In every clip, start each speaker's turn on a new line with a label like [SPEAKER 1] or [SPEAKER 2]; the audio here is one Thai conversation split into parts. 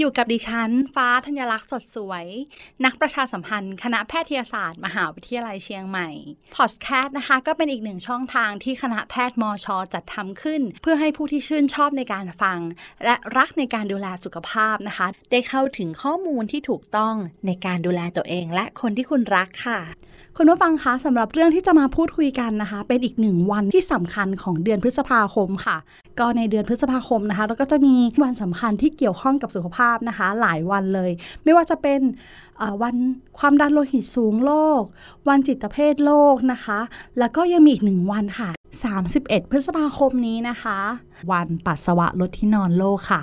[SPEAKER 1] อยู่กับดิฉัน ฟ้าธัญลักษณ์สดสวย นักประชาสัมพันธ์ คณะแพทยศาสตร์ มหาวิทยาลัยเชียงใหม่ พอดแคสต์นะคะ ก็เป็นอีกหนึ่งช่องทางที่คณะแพทย์มอชอจัดทำขึ้น เพื่อให้ผู้ที่ชื่นชอบในการฟัง และรักในการดูแลสุขภาพนะคะ ได้เข้าถึงข้อมูลที่ถูกต้องในการดูแลตัวเองและคนที่คุณรักค่ะ คุณผู้ฟังคะสำหรับเรื่องที่จะมาพูดคุยกันนะคะ เป็นอีกหนึ่งวันที่สำคัญของเดือนพฤษภาคมค่ะ ก็ในเดือนพฤษภาคมนะคะ เราก็จะมีวันสำคัญที่เกี่ยวข้องกับสุขภาพนะคะ หลายวันเลย ไม่ว่าจะเป็นเอ่อวันความดันโลหิตสูงโลก วันจิตเภทโลกนะคะ แล้วก็ยังมีอีกหนึ่งวันค่ะ 31 พฤษภาคมนี้นะคะ วันปัสสาวะลดที่นอนโลกค่ะ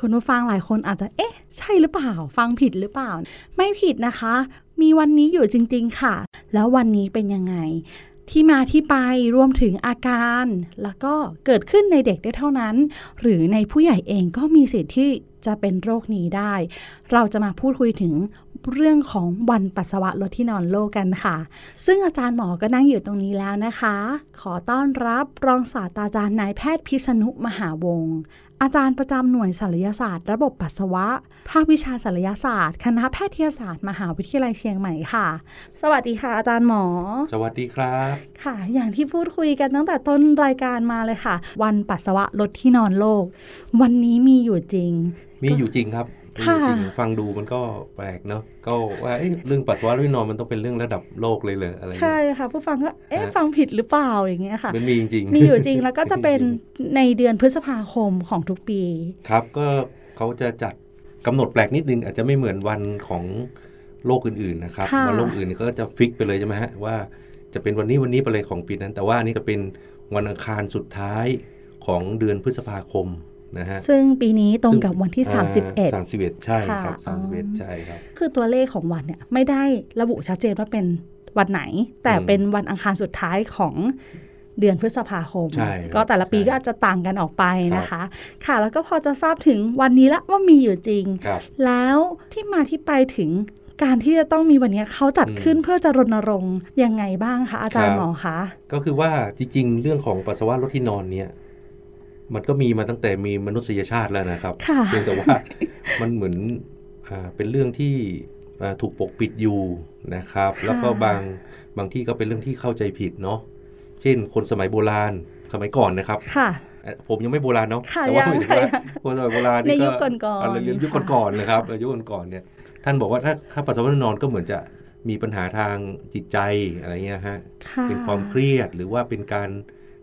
[SPEAKER 1] คุณผู้ฟังหลายคนอาจจะ เอ๊ะ ใช่หรือเปล่า ฟังผิดหรือเปล่า ไม่ผิดนะคะ มีวันนี้อยู่จริง ๆ ค่ะ แล้ววันนี้เป็นยังไง ที่มาที่ไปรวมถึงอาการ แล้วก็เกิดขึ้นในเด็กได้เท่านั้น หรือในผู้ใหญ่เองก็มีสิทธิ์ที่จะเป็นโรคนี้ได้ เราจะมาพูดคุยถึงเรื่องของวันปัสสาวะลดที่นอนโลกกันค่ะ ซึ่งอาจารย์หมอก็นั่งอยู่ตรงนี้แล้วนะคะ ขอต้อนรับรองศาสตราจารย์นายแพทย์พิษณุมหาวงศ์อาจารย์ประจำหน่วยศัลยศาสตร์ ระบบปัสสาวะ ภาควิชาศัลยศาสตร์ คณะแพทยศาสตร์ มหาวิทยาลัยเชียงใหม่ค่ะ สวัสดีค่ะอาจารย์หมอ
[SPEAKER 2] สวัสดีครับ
[SPEAKER 1] ค่ะ อย่างที่พูดคุยกันตั้งแต่ต้นรายการมาเลยค่ะ วันปัสสาวะลดที่นอนโลก วันนี้มีอยู่จริง
[SPEAKER 2] มีอยู่จริงครับมีอยู่จริงฟังดูมันก็แปลกเนาะก็ว่าเอ๊ะเรื่องปัสสาวะด้วยนอนมันต้องเป็นเรื่องระดับโลกเลยเลยอะไรเงี้
[SPEAKER 1] ใช่
[SPEAKER 2] ย
[SPEAKER 1] ค่ะ ผู้ฟังก็ เอ๊ะ
[SPEAKER 2] ฮะ
[SPEAKER 1] ฟังผิดหรือเปล่าอย่างเงี้ยค่ะ
[SPEAKER 2] มันมีจริงๆ
[SPEAKER 1] มีอยู่จริงแล้วก็จะเป็นในเดือนพฤษภาคมของทุกปี
[SPEAKER 2] ครับก็เขาจะจัดกำหนดแปลกนิดนึง อาจจะไม่เหมือนวันของโลกอื่นๆนะครับ
[SPEAKER 1] ค่ะ
[SPEAKER 2] วันโลกอื่นก็จะฟิกไปเลยใช่ไหมฮะว่าจะเป็นวันนี้วันนี้ไปเลยของปีนั้น แต่ว่าอันนี้ก็เป็นวันอังคารสุดท้ายของเดือนพฤษภาคมนะฮะ
[SPEAKER 1] ซึ่งปีนี้ตรงกับวันที่
[SPEAKER 2] สามสิบเอ็ดใช่ครับ
[SPEAKER 1] ค่ะ
[SPEAKER 2] สาม
[SPEAKER 1] อ๋
[SPEAKER 2] สิบเอ็ด
[SPEAKER 1] อ
[SPEAKER 2] ใช่ครับ
[SPEAKER 1] 31 คือตัวเลขของวันเนี่ยไม่ได้ระบุชัดเจนว่าเป็นวันไหน แต่
[SPEAKER 2] อืม
[SPEAKER 1] เป็นวันอังคารสุดท้ายของเดือนพฤษภาคม
[SPEAKER 2] ใช่ครับ
[SPEAKER 1] ก็แต่ละปี
[SPEAKER 2] ใช่
[SPEAKER 1] ก็อาจจะต่างกันออกไปนะคะ ค่ะ แล้วก็พอจะทราบถึงวันนี้ละว่ามีอยู่จริง
[SPEAKER 2] ครับ
[SPEAKER 1] แล้วที่มาที่ไปถึงการที่จะต้องมีวันเนี้ยเขาจัดขึ้นเพื่อจะรณรงค์ยังไงบ้างคะอาจารย์
[SPEAKER 2] ครับ
[SPEAKER 1] หมอคะ
[SPEAKER 2] ก็คือว่าจริงๆ เรื่องของปัสสาวะรถที่นอนเนี่ย มันก็มีมาตั้งแต่มีมนุษยชาติแล้วนะครับ
[SPEAKER 1] ค่ะ
[SPEAKER 2] เพียงแต่ว่า มันเหมือนอ่าเป็นเรื่องที่อ่าถูกปกปิดอยู่นะครับ
[SPEAKER 1] ค่ะ
[SPEAKER 2] แล้วก็บางบางที่ก็เป็นเรื่องที่เข้าใจผิดเนาะเช่น คนสมัยโบราณสมัยก่อนนะครับ
[SPEAKER 1] ค่ะ
[SPEAKER 2] เอ่อผมยังไม่โบราณเนาะ
[SPEAKER 1] ค่ะ
[SPEAKER 2] แต่ว่า
[SPEAKER 1] ยัง
[SPEAKER 2] หมายถึงว่า
[SPEAKER 1] ค่ะ
[SPEAKER 2] คนสมัยโบราณนี่
[SPEAKER 1] ในยุ
[SPEAKER 2] ก็
[SPEAKER 1] คก่อนๆ
[SPEAKER 2] อะไรเรียนยุค
[SPEAKER 1] ค่ะ
[SPEAKER 2] ก่อนๆนะครับเออยุคก่อนๆเนี่ย ท่านบอกว่าถ้าถ้าปัสสาวะนอนก็เหมือนจะมีปัญหาทางจิตใจอะไรเงี้ยฮะ
[SPEAKER 1] ค่ะ
[SPEAKER 2] เป็นความเครียดหรือว่าเป็นการ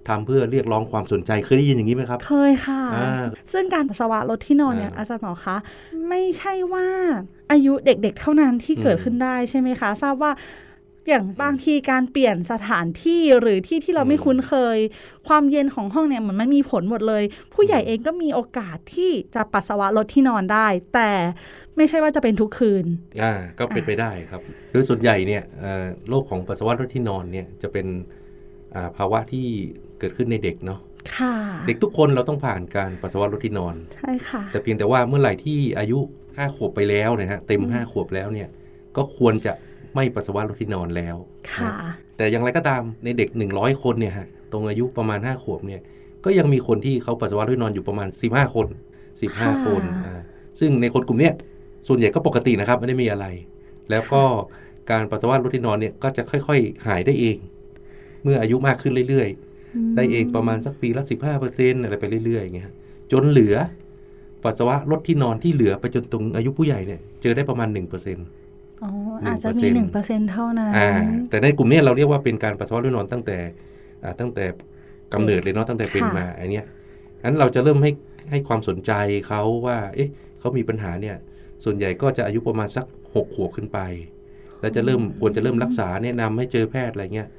[SPEAKER 2] ทำเพื่อเรียกร้องความสนใจเคยได้ยินอย่างนี้ไหมครับ
[SPEAKER 1] เคยค่ะ
[SPEAKER 2] อ่า
[SPEAKER 1] ซึ่งการปัสสาวะลดที่นอนเนี่ย
[SPEAKER 2] อ่า
[SPEAKER 1] อาจารย์หมอคะไม่ใช่ว่าอายุเด็กๆเท่านั้นที่
[SPEAKER 2] อืม
[SPEAKER 1] เกิดขึ้นได้ใช่ไหมคะ ทราบว่าอย่างบางทีการเปลี่ยนสถานที่หรือที่ที่เราไม่คุ้นเคย ความเย็นของห้องเนี่ยเหมือนมันมีผลหมดเลย ผู้ใหญ่เองก็มีโอกาสที่จะปัสสาวะลดที่นอนได้ แต่ไม่ใช่ว่าจะเป็นทุกคืน
[SPEAKER 2] อ่าก็เป็นไปได้ครับ โดยส่วนใหญ่เนี่ยเอ่อโรคของปัสสาวะรถที่นอนเนี่ยจะเป็นอ่าภาวะที่เกิดขึ้นในเด็กเนาะ
[SPEAKER 1] ค่ะ
[SPEAKER 2] เด็กทุกคนเราต้องผ่านการปัสสาวะรถที่นอน
[SPEAKER 1] ใช่ค่ะ
[SPEAKER 2] แต่เพียงแต่ว่าเมื่อไหร่ที่อายุ5ขวบไปแล้วนะฮะเต็ม
[SPEAKER 1] อืม
[SPEAKER 2] 5ขวบแล้วเนี่ยก็ควรจะไม่ปัสสาวะรถที่นอนแล้ว
[SPEAKER 1] ค่ะ
[SPEAKER 2] นะ แต่อย่างไรก็ตามในเด็ก 100 คนเนี่ยฮะตรงอายุประมาณ 5 ขวบเนี่ยก็ยังมีคนที่เขาปัสสาวะด้วยนอนอยู่ประมาณ 15 คน
[SPEAKER 1] ค่ะ
[SPEAKER 2] 15 คนอ่าซึ่งในคนกลุ่มเนี้ยส่วนใหญ่ก็ปกตินะครับไม่ได้มีอะไร แล้วก็การปัสสาวะลดที่นอนเนี่ยก็จะค่อยๆ หายได้เอง เมื่ออายุมากขึ้นเรื่อยๆ ได้เองประมาณสักปีละ 15%อะไรไปเรื่อยๆอย่างเงี้ยฮะจนเหลือปัสสาวะลดที่นอนที่เหลือไปจนตรงอายุผู้ใหญ่เนี่ยเจอได้ประมาณ 1%
[SPEAKER 1] อ๋ออาจจะมีหนึ่งเปอร์เซ็นเท่านั้น
[SPEAKER 2] อ่าแต่ในกลุ่มเนี้ยเราเรียกว่าเป็นการปัสสาวะด้วยนอนตั้งแต่อ่าตั้งแต่กำเนิดเลยเนาะตั้งแต่เป็น
[SPEAKER 1] ค่ะ
[SPEAKER 2] มาอันเนี้ยงั้นเราจะเริ่มให้ให้ความสนใจเขาว่า เอ๊ะเขามีปัญหาเนี่ย ส่วนใหญ่ก็จะอายุประมาณสักหกขวบขึ้นไป แล้วจะเริ่มควรจะเริ่มรักษาแนะนำให้เจอแพทย์อะไรเงี้ย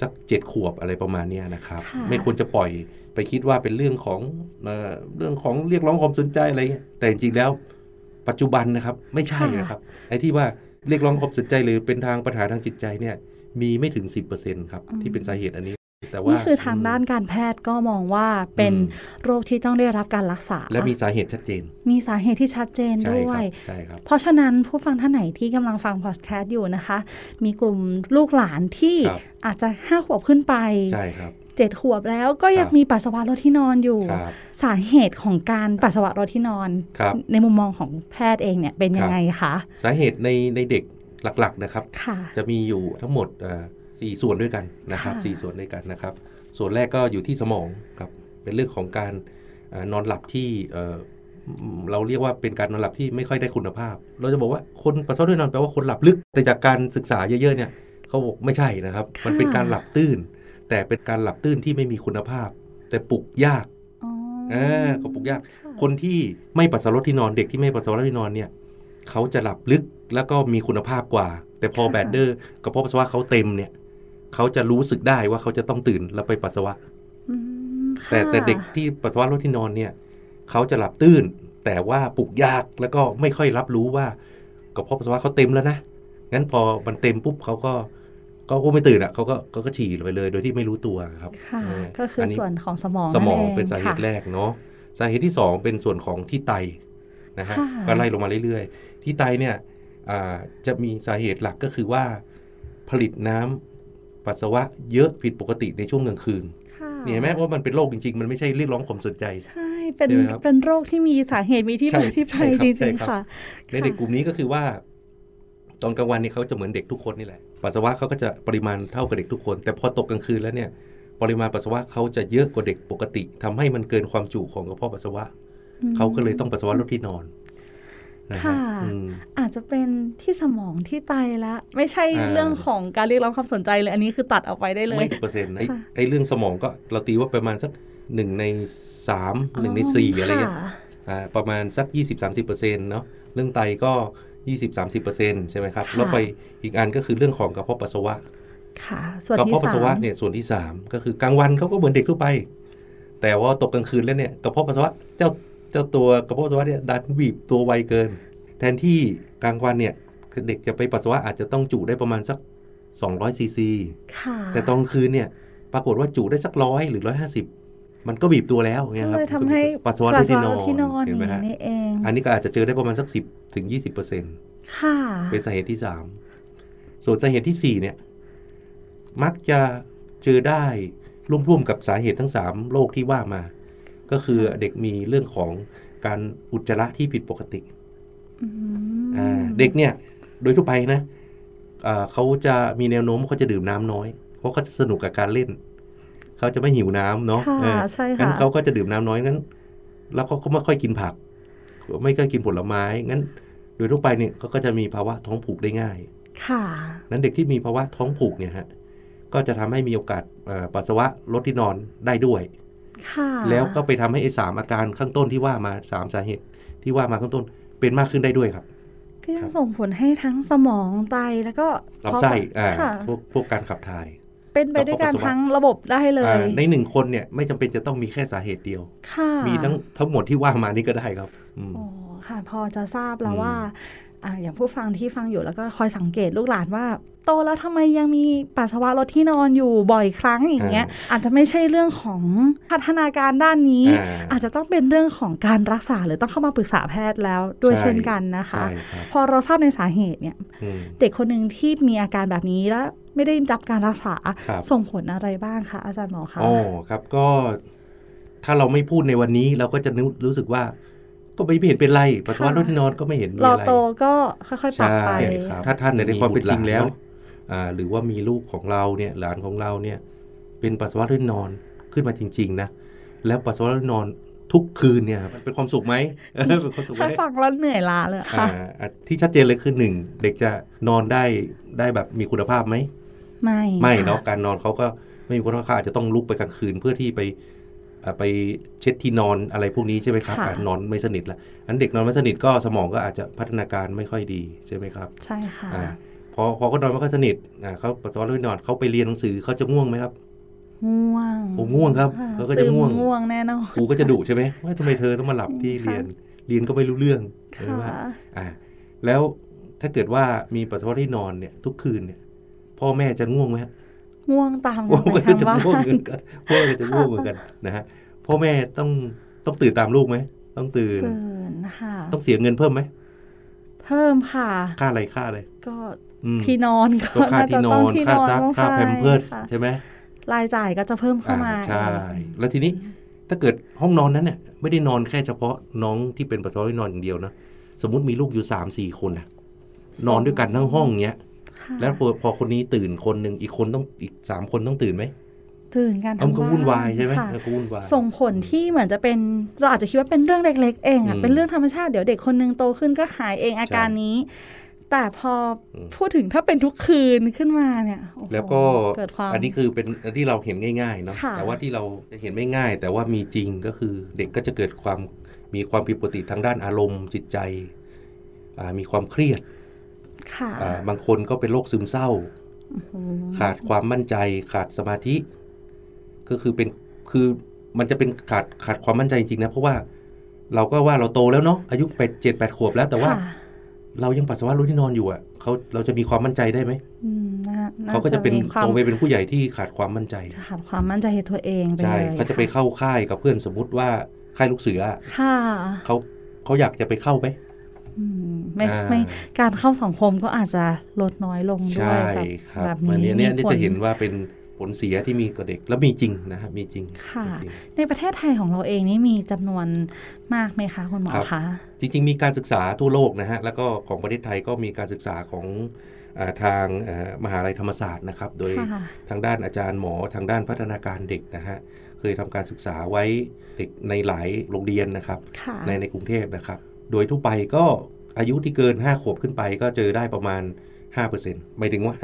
[SPEAKER 2] สักเจ็ดขวบอะไรประมาณเนี้ยนะครับ
[SPEAKER 1] ค่ะ
[SPEAKER 2] ไม่ควรจะปล่อยไปคิดว่าเป็นเรื่องของเอ่อเรื่องของเรียกร้องความสนใจอะไรเงี้ยแต่จริงๆแล้วปัจจุบันนะครับไม่ใช่นะครับไอ้ที่ว่าเรียกร้องความสนใจหรือเป็นทางปัญหาทางจิตใจเนี่ยมีไม่ถึง 10%ครับที่เป็นสาเหตุอันนี้ แต่ว่า
[SPEAKER 1] นี่คือทางด้านการแพทย์ก็มองว่าเป็น
[SPEAKER 2] อืม
[SPEAKER 1] โรคที่ต้องได้รับการรักษา
[SPEAKER 2] และมีสาเหตุชัดเจน
[SPEAKER 1] มีสาเหตุที่ชัดเจน
[SPEAKER 2] ใช่
[SPEAKER 1] ด้ว
[SPEAKER 2] ครั
[SPEAKER 1] ย
[SPEAKER 2] บใช่ครับ
[SPEAKER 1] เพราะฉะนั้นผู้ฟังท่านไหนที่กำลังฟังพอดแคสต์อยู่นะคะ มีกลุ่มลูกหลานที่
[SPEAKER 2] ครับ
[SPEAKER 1] อาจจะห้าขวบขึ้นไป
[SPEAKER 2] ใช่ครับ
[SPEAKER 1] เจ็ดขวบแล้วก็ยัง
[SPEAKER 2] ครับ
[SPEAKER 1] มีปัสสาวะรถที่นอนอยู่
[SPEAKER 2] ครับ
[SPEAKER 1] สาเหตุของการปัสสาวะรถที่นอน
[SPEAKER 2] ครับ
[SPEAKER 1] ในมุมมองของแพทย์เองเนี่ยเป็นยังไงคะ
[SPEAKER 2] สาเหตุในในเด็กหลักๆนะครับ
[SPEAKER 1] ค่ะ
[SPEAKER 2] จะมีอยู่ทั้งหมดเอ่อสี่ส่วนด้วยกันนะครับ
[SPEAKER 1] ค่ะ
[SPEAKER 2] สี่ส่วนด้วยกันนะครับ ส่วนแรกก็อยู่ที่สมองครับเป็นเรื่องของการเอ่อนอนหลับที่เอ่อเราเรียกว่าเป็นการนอนหลับที่ไม่ค่อยได้คุณภาพ เราจะบอกว่าคนปัสสาวะด้วยนอนแปลว่าคนหลับลึก แต่จากการศึกษาเยอะๆเนี่ยเขาบอกไม่ใช่นะครับ
[SPEAKER 1] ค่ะ
[SPEAKER 2] มันเป็นการหลับตื่น แต่เป็นการหลับตื่นที่ไม่มีคุณภาพ แต่ปลุกยาก
[SPEAKER 1] อ๋อ
[SPEAKER 2] เออเขาปลุกยาก
[SPEAKER 1] ะ
[SPEAKER 2] คนที่ไม่ปัสสาวะที่นอนเด็กที่ไม่ปัสสาวะที่นอนเนี่ยเขาจะหลับลึกแล้วก็มีคุณภาพกว่า แต่พอแบดเดอร์กระเพาะปัสสาวะเขาเต็มเนี่ยเขาจะรู้สึกได้ว่าเขาจะต้องตื่นแล้วไปปัสสาวะ
[SPEAKER 1] อืมค่ะ
[SPEAKER 2] แต่แต่เด็กที่ปัสสาวะรถที่นอนเนี่ยเขาจะหลับตื่น แต่ว่าปลุกยากแล้วก็ไม่ค่อยรับรู้ว่ากระเพาะปัสสาวะเขาเต็มแล้วนะงั้นพอมันเต็มปุ๊บเขาก็ก็ไม่ตื่นอ่ะเขาก็เขาก็ฉี่ไปเลย โดยที่ไม่รู้ตัวครับ
[SPEAKER 1] ค่ะ
[SPEAKER 2] เออ
[SPEAKER 1] ก็คืออน
[SPEAKER 2] นี้
[SPEAKER 1] ส่วนของสมอง
[SPEAKER 2] สมอง
[SPEAKER 1] นั่น
[SPEAKER 2] เป็นสาเหตุ
[SPEAKER 1] ค่ะ
[SPEAKER 2] แรกเนาะสาเหตุที่ 2 เป็นส่วนของที่ไตนะฮะ
[SPEAKER 1] ค่ะ
[SPEAKER 2] ก็ไล่ลงมาเรื่อยๆ ที่ไตเนี่ยอ่าจะมีสาเหตุหลักก็คือว่า ผลิตน้ำปัสสาวะเยอะผิดปกติในช่วงกลางคืน
[SPEAKER 1] ค่ะ
[SPEAKER 2] เนี่ยเห็นไหมว่ามันเป็นโรคจริงๆ มันไม่ใช่เรียกร้องความสนใจ
[SPEAKER 1] ใช่ เป็น
[SPEAKER 2] ใช่ไหมครับ
[SPEAKER 1] เป็นโรคที่มีสาเหตุมีที่
[SPEAKER 2] ใช่
[SPEAKER 1] มาที่ไป
[SPEAKER 2] ใช่ครับ
[SPEAKER 1] จ
[SPEAKER 2] ใช่
[SPEAKER 1] ริง
[SPEAKER 2] ครับ
[SPEAKER 1] ๆค่ะ
[SPEAKER 2] ในเด็กกลุ่มนี้ก็คือว่า ตอนกลางวันเนี่ยเขาจะเหมือนเด็กทุกคนนี่แหละ ปัสสาวะเขาก็จะปริมาณเท่ากับเด็กทุกคน แต่พอตกกลางคืนแล้วเนี่ย ปริมาณปัสสาวะเขาจะเยอะกว่าเด็กปกติทำให้มันเกินความจุของกระเพาะปัสสาวะ เขาก็เลยต้องปัสสาวะลดที่นอนนะฮะ
[SPEAKER 1] ค่ะ
[SPEAKER 2] อืม
[SPEAKER 1] อาจจะเป็นที่สมองที่ไตแล้ว ไม่ใช่
[SPEAKER 2] อ่า
[SPEAKER 1] เรื่องของการเรียกร้องความสนใจเลย อันนี้คือตัดออกไปได้เลย
[SPEAKER 2] ไม่กี่เปอร์เซ็นต์นะไอ้
[SPEAKER 1] ค่ะ
[SPEAKER 2] ไอ้เรื่องสมองก็เราตีว่าประมาณสักหนึ่งในสามหนึ่งในสี่อะไรเงี้ย
[SPEAKER 1] ค่ะ
[SPEAKER 2] อ่าประมาณสัก 20-30%เปอร์เซ็นต์เนาะเรื่องไตก็ 20-30%เปอร์เซ็นต์ใช่ไหมครับ
[SPEAKER 1] ค่ะ
[SPEAKER 2] แล้วไปอีกอันก็คือเรื่องของกระเพาะปัสสาวะ
[SPEAKER 1] ค่ะ ส่วน
[SPEAKER 2] กระ
[SPEAKER 1] ที่
[SPEAKER 2] เพาะปัส
[SPEAKER 1] สา
[SPEAKER 2] สาวะ
[SPEAKER 1] ม
[SPEAKER 2] เนี่ยส่วนที่สามก็คือกลางวันเขาก็เหมือนเด็กทั่วไป แต่ว่าตกกลางคืนแล้วเนี่ยกระเพาะปัสสาวะเจ้าเจ้าตัวกระเพาะปัสสาวะเนี่ยดันบีบตัวไวเกิน แทนที่กลางวันเนี่ยคือเด็กจะไปปัสสาวะอาจจะต้องจุได้ประมาณสัก 200ซีซี
[SPEAKER 1] ค่ะ
[SPEAKER 2] แต่ตอนกลางคืนเนี่ยปรากฏว่าจุได้สักร้อยหรือร้อยห้าสิบมันก็บีบตัวแล้วเนี่ยค
[SPEAKER 1] ก็
[SPEAKER 2] รับ
[SPEAKER 1] เลยทำให้
[SPEAKER 2] ปัสสาวะด้วยที่นอ
[SPEAKER 1] ปัสสาวะที่นอน
[SPEAKER 2] นเห็นไหมฮะ
[SPEAKER 1] นี่เอง
[SPEAKER 2] อันนี้ก็อาจจะเจอได้ประมาณสัก 10ถึง20%เปอร์เซ็นต์
[SPEAKER 1] ค่ะ
[SPEAKER 2] เป็นสาเหตุที่สาม ส่วนสาเหตุที่สี่เนี่ย มักจะเจอได้ร่วมๆกับสาเหตุทั้งสามโรคที่ว่ามา ก็คือเด็กมีเรื่องของการอุจจาระที่ผิดปกติ
[SPEAKER 1] อืม
[SPEAKER 2] อ่าเด็กเนี่ยโดยทั่วไปนะอ่าเขาจะมีแนวโน้มเขาจะดื่มน้ำน้อย เพราะเขาจะสนุกกับการเล่น เขาจะไม่หิวน้ำเนาะ
[SPEAKER 1] ค่ะ
[SPEAKER 2] เออ
[SPEAKER 1] ใช่
[SPEAKER 2] งั้น
[SPEAKER 1] ค่ะ
[SPEAKER 2] เขาก็จะดื่มน้ำน้อยงั้น แล้วเขาก็ไม่ค่อยกินผัก ไม่ค่อยกินผลไม้งั้น โดยทั่วไปเนี่ยเขาก็จะมีภาวะท้องผูกได้ง่าย
[SPEAKER 1] ค่ะ
[SPEAKER 2] นั้นเด็กที่มีภาวะท้องผูกเนี่ยฮะก็จะทำให้มีโอกาสเอ่อปัสสาวะลดที่นอนได้ด้วย
[SPEAKER 1] ค่ะ
[SPEAKER 2] แล้วก็ไปทำให้ไอ้สามอาการข้างต้นที่ว่ามาสามสาเหตุที่ว่ามาข้างต้นเป็นมากขึ้นได้ด้วยครับ
[SPEAKER 1] ก็ยังส่งผลให้ทั้งสมองไตแล้วก็
[SPEAKER 2] ลำไส้อ่า
[SPEAKER 1] ค่ะ
[SPEAKER 2] พวกพวกการขับถ่าย
[SPEAKER 1] เป็นไปด้วยกัน
[SPEAKER 2] กระเพาะปัสสาวะ
[SPEAKER 1] ทั้งระบบได้เล
[SPEAKER 2] อ่าย ในหนึ่งคนเนี่ยไม่จำเป็นจะต้องมีแค่สาเหตุเดียว
[SPEAKER 1] ค่ะ
[SPEAKER 2] มีทั้งทั้งหมดที่ว่ามานี่ก็ได้ครับอืม
[SPEAKER 1] โอ้ค่ะ พอจะทราบแล้ว
[SPEAKER 2] อืม
[SPEAKER 1] ว่าอ่า อย่างผู้ฟังที่ฟังอยู่แล้วก็คอยสังเกตลูกหลานว่า โตแล้วทำไมยังมีปัสสาวะรถที่นอนอยู่บ่อยครั้งอย่างเงี้ย อาจจะไม่ใช่เรื่องของพัฒนาการด้านนี้
[SPEAKER 2] อ่า
[SPEAKER 1] อาจจะต้องเป็นเรื่องของการรักษาหรือต้องเข้ามาปรึกษาแพทย์แล้วด้วยเช่นกันนะคะ
[SPEAKER 2] ใช่ครับ
[SPEAKER 1] พอเราทราบในสาเหตุเนี่ย
[SPEAKER 2] อืม
[SPEAKER 1] เด็กคนหนึ่งที่มีอาการแบบนี้แล้วไม่ได้รับการรักษา
[SPEAKER 2] ครับ
[SPEAKER 1] ส่งผลอะไรบ้างคะอาจารย์หมอคะ
[SPEAKER 2] อ๋อครับก็ถ้าเราไม่พูดในวันนี้เราก็จะนึกรู้สึกว่า ก็ไม่เห็นเป็นไรปัสสาวะ
[SPEAKER 1] ค่ะ
[SPEAKER 2] รถที่นอนก็ไม่เห็นมี
[SPEAKER 1] เรา
[SPEAKER 2] อะไร
[SPEAKER 1] โตก็ค่อยๆปรับ
[SPEAKER 2] ใช่
[SPEAKER 1] ไป
[SPEAKER 2] ครับถ้าท่าน
[SPEAKER 3] แต่ใน
[SPEAKER 2] มี
[SPEAKER 3] ความเป็นจริงแล้ว
[SPEAKER 2] บุตหาเนอะอ่าหรือว่ามีลูกของเราเนี่ยหลานของเราเนี่ย เป็นปัสสาวะรถที่นอนขึ้นมาจริง ๆ นะ แล้วปัสสาวะรถที่นอนทุกคืนเนี่ยมันเป็นความ สุขไหมเออเป็นความสุขไหม
[SPEAKER 1] แค่ฟังแล้วเหนื่อยล้าเลย
[SPEAKER 2] อ่า
[SPEAKER 1] ค่ะ
[SPEAKER 2] อ่ะที่ชัดเจนเลยคือหนึ่งเด็กจะนอนได้ได้แบบมีคุณภาพไหม
[SPEAKER 1] ไม่
[SPEAKER 2] ไม่
[SPEAKER 1] ค่
[SPEAKER 2] เนาะการนอนเขาก็ไม่มีคุณค่าอาจจะต้องลุกไปกลางคืนเพื่อที่ไป อ่าไปเช็ดที่นอนอะไรพวกนี้ใช่ไหมครับ
[SPEAKER 1] ค่ะ
[SPEAKER 2] อ่ะนอนไม่สนิทละอันเด็กนอนไม่สนิทก็สมองก็อาจจะพัฒนาการไม่ค่อยดีใช่ไหมครับ
[SPEAKER 1] ใช่ค่ะ
[SPEAKER 2] อ่าพอพอเขานอนไม่ค่อยสนิทอ่าเขาปัสสาวะแล้วไม่นอนเขาไปเรียนหนังสือเขาจะง่วงไหมครับ
[SPEAKER 1] ง่วง
[SPEAKER 2] โอ้ง่วงครับ
[SPEAKER 1] อ่า
[SPEAKER 2] เขาก็
[SPEAKER 1] ซึ
[SPEAKER 2] จะ
[SPEAKER 1] ม
[SPEAKER 2] ง่วง
[SPEAKER 1] ง่วงแน่นอน
[SPEAKER 2] ครูก็จะดุใช่ไหมว่าทำไมเธอต้องมาหลับที่เรียน เรียนก็ไม่รู้เรื่องใช่
[SPEAKER 1] ค่ะ
[SPEAKER 2] ไหมอ่าแล้วถ้าเกิดว่ามีปัสสาวะที่นอนเนี่ยทุกคืนเนี่ยพ่อแม่จะง่วงไหมฮะ
[SPEAKER 1] ง่วงตาม
[SPEAKER 2] พ่อ
[SPEAKER 1] ไป
[SPEAKER 2] แม่
[SPEAKER 1] ทาง
[SPEAKER 2] จะ
[SPEAKER 1] บ้า
[SPEAKER 2] ง่วง
[SPEAKER 1] น
[SPEAKER 2] เหมือนกันพ่อแม่จะง่วงเหมือนกันนะฮะพ่อแม่ต้องต้องตื่นตามลูกไหมต้องตื่น
[SPEAKER 1] เกินค่ะ
[SPEAKER 2] ต้องเสียเงินเพิ่มไหม
[SPEAKER 1] เพิ่มค่ะ
[SPEAKER 2] ค่าอะไรค่าอะไร
[SPEAKER 1] ก็
[SPEAKER 2] อืม
[SPEAKER 1] ที่นอน
[SPEAKER 2] ก็
[SPEAKER 1] ก็
[SPEAKER 2] ค่า
[SPEAKER 1] น่า
[SPEAKER 2] ที่
[SPEAKER 1] จะ
[SPEAKER 2] น
[SPEAKER 1] ต้
[SPEAKER 2] อ
[SPEAKER 1] อง
[SPEAKER 2] น
[SPEAKER 1] ที่น
[SPEAKER 2] ค่า
[SPEAKER 1] อน
[SPEAKER 2] ซัก
[SPEAKER 1] ต้อง
[SPEAKER 2] ค่าแพมเพิร์ส
[SPEAKER 1] ใช่ค่ะ
[SPEAKER 2] ใช่ไหม
[SPEAKER 1] รายจ่ายก็จะเพิ่มเข้ามา
[SPEAKER 2] อ่าใช่ แล้วทีนี้ถ้าเกิดห้องนอนนั้นเนี่ยไม่ได้นอนแค่เฉพาะน้องที่เป็นปัสสาวะที่นอนอย่างเดียวนะสมมติมีลูกอยู่สามสี่คนนะ นอนด้วยกันทั้งห้องเนี้ย
[SPEAKER 1] ค่ะ
[SPEAKER 2] แล้วพอพอคนนี้ตื่นคนหนึ่งอีกคนต้องอีกสามคนต้องตื่นไหม
[SPEAKER 1] ตื่นกัน
[SPEAKER 2] เอามันก็
[SPEAKER 1] ทั้งบ้
[SPEAKER 2] วุ่นวายใช่ไหม
[SPEAKER 1] ค่ะ
[SPEAKER 2] เออก็วุ่นวาย
[SPEAKER 1] ส่งผลที่เหมือนจะเป็นเราอาจจะคิดว่าเป็นเรื่องเล็ก ๆ เอง
[SPEAKER 2] อื
[SPEAKER 1] อะ
[SPEAKER 2] ม
[SPEAKER 1] เป็นเรื่องธรรมชาติเดี๋ยวเด็กคนหนึงโตขึ้นก็หายเองอาการนี้ แต่พออ
[SPEAKER 2] ม
[SPEAKER 1] พูดถึงถ้าเป็นทุกคืนขึ้นมาเนี่ยโอ้โห
[SPEAKER 2] แล้วก็
[SPEAKER 1] เกิดความ
[SPEAKER 2] อันนี้คือเป็นอันที่เราเห็นง่ายๆเนาะ
[SPEAKER 1] ค่ะ
[SPEAKER 2] แต่ว่าที่เราจะเห็นไม่ง่าย แต่ว่ามีจริงก็คือเด็กก็จะเกิดความมีความผิดปกติทางด้านอารมณ์จิตใจอ่ามีความเครียด
[SPEAKER 1] ค่ะ
[SPEAKER 2] อ่าบางคนก็เป็นโรคซึมเศร้า
[SPEAKER 1] โอ้โห
[SPEAKER 2] ขาดความมั่นใจขาดสมาธิ ก็คือเป็นคือมันจะเป็นขาดขาดความมั่นใจจริงๆนะเพราะว่าเราก็ว่าเราโตแล้วเนาะอายุแปดเจ็ดแปดขวบแล้วแต่ว่า
[SPEAKER 1] ค่ะ
[SPEAKER 2] เรายังปัสสาวะรู้ที่นอนอยู่อ่ะเขาเราจะมีความมั่นใจได้ไหม
[SPEAKER 1] อืมน่น่
[SPEAKER 2] เขาก็จะเป็น
[SPEAKER 1] มีความ
[SPEAKER 2] โตไปเป็นผู้ใหญ่ที่ขาดความมั่นใจ
[SPEAKER 1] จะขาดความมั่นใจในตัวเองไป
[SPEAKER 2] ใช่
[SPEAKER 1] เลย
[SPEAKER 2] เขาจะไปเข้าค่ายกับเพื่อนสมมติว่าค่ายลูกเสืออะ
[SPEAKER 1] ค่ะ
[SPEAKER 2] เขาเขาอยากจะไปเข้าไหม
[SPEAKER 1] อืมไม่
[SPEAKER 2] อ่า
[SPEAKER 1] ไม่การเข้าสังคมก็อาจจะลดน้อยลงด้ว
[SPEAKER 2] ใช่
[SPEAKER 1] ยแบบ
[SPEAKER 2] ครับ
[SPEAKER 1] แบบ
[SPEAKER 2] มัน
[SPEAKER 1] นี้
[SPEAKER 2] เนี้ยเนี่ย
[SPEAKER 1] มีผล
[SPEAKER 2] จะเห็นว่าเป็นผลเสียที่มีกับเด็กแล้วมีจริงนะฮะมีจริง
[SPEAKER 1] ค่ะ
[SPEAKER 2] มีจริง
[SPEAKER 1] ในประเทศไทยของเราเองนี่มีจำนวนมากไหมคะคุณหมอ
[SPEAKER 2] ครับ
[SPEAKER 1] คะ
[SPEAKER 2] จริงๆ มีการศึกษาทั่วโลกนะฮะ แล้วก็ของประเทศไทยก็มีการศึกษาของอาทางเอ่อมหาลัยธรรมศาสตร์นะครับ โดย
[SPEAKER 1] ค่ะ
[SPEAKER 2] ทางด้านอาจารย์หมอทางด้านพัฒนาการเด็กนะฮะ เคยทำการศึกษาไว้เด็กในหลายโรงเรียนนะครับ
[SPEAKER 1] ค่ะ
[SPEAKER 2] ในในกรุงเทพนะครับ โดยทั่วไปก็อายุที่เกิน 5 ขวบขึ้นไปก็เจอได้ประมาณ 5%หมายถึงว่า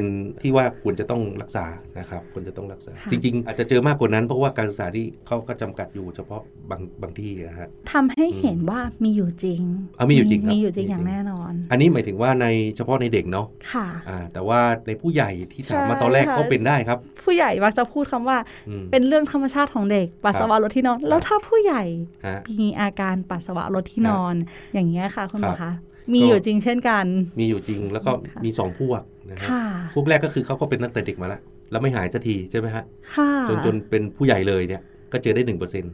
[SPEAKER 2] 5%ที่ว่าควรจะต้องรักษานะครับควรจะต้องรักษา
[SPEAKER 1] ค่ะ
[SPEAKER 2] จริง ๆ อาจจะเจอมากกว่านั้นเพราะว่าการศึกษาที่เขาก็จำกัดอยู่เฉพาะบางบางที่นะฮะ
[SPEAKER 1] ทำให้เห็นว่ามีอยู่จริง
[SPEAKER 2] อ่ะมีอยู่จริงครับ
[SPEAKER 1] มีอยู่จริง
[SPEAKER 2] มี
[SPEAKER 1] อ
[SPEAKER 2] อยู่จริง
[SPEAKER 1] ย่างแน่นอน
[SPEAKER 2] อันนี้หมายถึงว่าในเฉพาะในเด็กเนาะ
[SPEAKER 1] ค่ะ
[SPEAKER 2] อ่าแต่ว่าในผู้ใหญ่ที่ถามมา
[SPEAKER 1] ใช่
[SPEAKER 2] ตอนแรกก็
[SPEAKER 1] ค่ะ
[SPEAKER 2] เป็นได้ครับ
[SPEAKER 1] ผู้ใหญ่มักจะพูดคำว่า
[SPEAKER 2] อืม
[SPEAKER 1] เป็นเรื่องธรรมชาติของเด็กปัสสาวะรถที่นอน
[SPEAKER 2] ครับ
[SPEAKER 1] แล้วถ้าผู้ใหญ่
[SPEAKER 2] ฮะ
[SPEAKER 1] มีอาการปัสสาวะรถที่นอน อย่างเงี้ยค่ะ คุณหมอ
[SPEAKER 2] ครับ
[SPEAKER 1] คะมี
[SPEAKER 2] ก็
[SPEAKER 1] อยู่จริงเช่นกัน
[SPEAKER 2] มีอยู่จริงแล้วก็
[SPEAKER 1] ค่ะ
[SPEAKER 2] มีสองพวกนะฮะ
[SPEAKER 1] ค่ะ
[SPEAKER 2] พวกแรกก็คือเขาก็เป็นตั้งแต่เด็กมาแล้วแล้วไม่หายสักทีใช่ไหมฮะ
[SPEAKER 1] ค่ะ
[SPEAKER 2] จนจนเป็นผู้ใหญ่เลยเนี่ยก็เจอได้หนึ่งเปอร์เซ็นต์